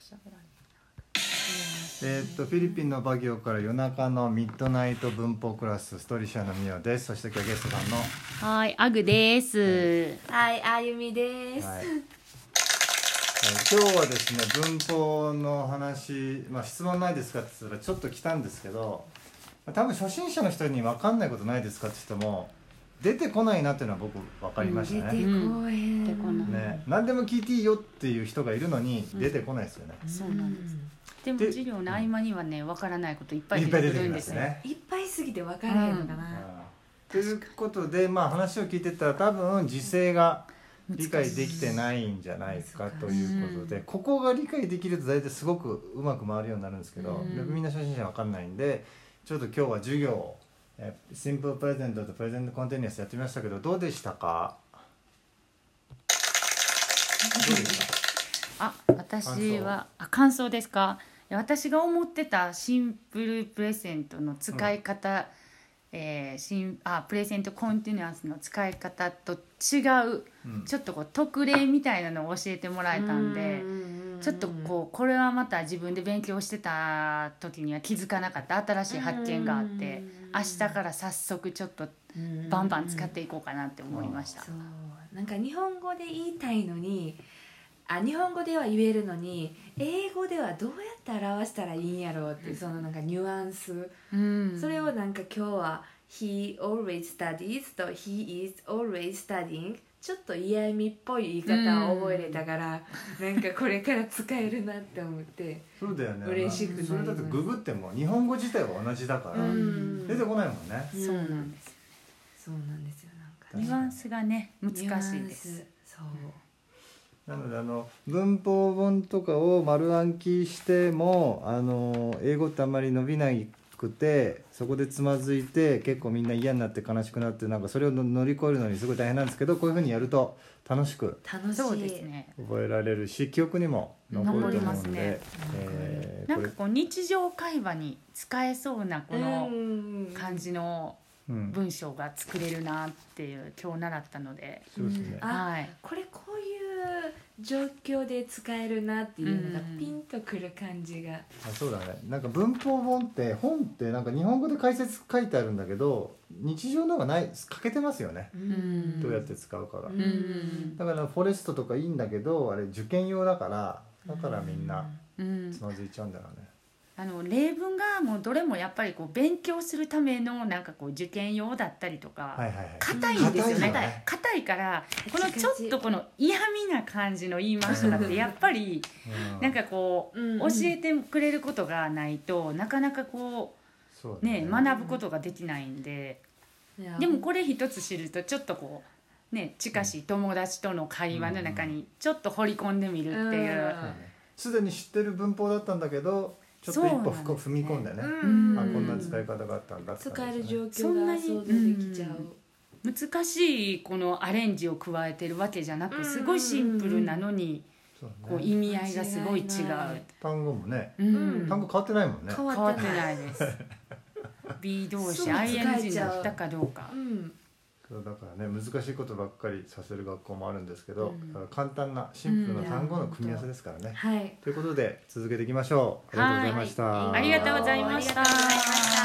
したぐらいえーっとフィリピンのバギオから夜中のミッドナイト文法クラスストリシアのミオですそして今日はゲストさんの、はい、アグです。はいあゆみです、はい、今日はですね文法の話、まあ、質問ないですかって言ったらちょっと来たんですけど多分初心者の人に分かんないことないですかって人も出てこないなっていうのは僕分かりました出ね,、てこへん、出てこないね何でも聞いていいよっていう人がいるのに出てこないですよね、そうなんですでもで授業の合間にはね、わからないこといっぱいいっ出ぱていく出てるきんまですすよ。ねいっぱいすぎて分からへんのかな、ということで、まあ、話を聞いてたら多分時勢が理解できてないんじゃないかということで、ここが理解できると大体すごくうまく回るようになるんですけど、うんみんな初心者わかんないんでちょっと今日は授業をえーシンプルプレゼントとプレゼントコンティニュースやってみましたけどどうでしたかどうでしたあ、私はあ感想ですか。いや私が思ってたシンプルプレゼントの使い方、えーシンあプレゼントコンティニュアンスの使い方と違う、うんちょっとこう特例みたいなのを教えてもらえたんで。ちょっとこうこれはまた自分で勉強してた時には気づかなかった新しい発見があって明日から早速ちょっとうんバンバン使っていこうかなって思いましたそうなんか日本語で言いたいのにあ日本語では言えるのに英語ではどうやって表したらいいんやろうっていうそのなんかニュアンス、うんそれをなんか今日は「He always studies」と「He is always studying」ちょっと嫌味っぽい言い方を覚えれたから、なんかこれから使えるなって思ってそうだよね嬉しくなりましそたれだとググっても日本語自体は同じだから、うん出てこないもんね、そうなんですそうなんですよなんかニュアンスがね難しいでニュアすンスそうなのであの文法本とかを丸暗記してもあの英語ってあんまり伸びなくてそこでつまずいて結構みんな嫌になって悲しくなってなんかそれをの乗り越えるのにすごい大変なんですけどこういうふうにやると楽しく楽しいそうですね覚えられるし記憶にも残ると思うので、残りますねえーなこんれかこう日常会話に使えそうなこのうん感じのうん、文章が作れるなっていう今日習ったのでそうですねあはいこれこういう状況で使えるなっていうのがうんピンとくる感じが、あそうだねなんか文法本って本ってなんか日本語で解説書いてあるんだけど日常の方がない欠けてますよねんどうやって使うかが。ううんんだからフォレストとかいいんだけどあれ受験用だからだからみんなうんつまずいちゃうんだろうね、あの例文がもうどれもやっぱりこう勉強するためのなんかこう受験用だったりとか、はいはいはい硬いんです硬よいねよね硬いからこカのチカちチょっとこの嫌味な感じの言い回しとかってやっぱりうなんかこううん教えてくれることがないとなかなかこそううだねね学ぶことができないんでいやでもこれ一つ知るとちょっとこうね近しい友達との会話の中にちょっと掘り込んでみるっていうそうだねすでに知ってる文法だったんだけどちょっと一歩ふこそ踏うなんですみね込うんでねんあこんな使い方があったんだって使え感るじですね状況が想像できちゃうそんなにうん難しいこのアレンジを加えてるわけじゃなうんくすごいシンプルなのにそうこうね意味合いがすごい違う。単語もねううんん単語変わってないもんね、変変わわっっててないな いです。B 動すぐ詞使え ING ちゃうのったかどうかう。んそうだからね難しいことばっかりさせる学校もあるんですけど、うんだから簡単なシンプルな単語の組み合わせですからね、はいということで続けていきましょうありがとうございました、ありがとうございました。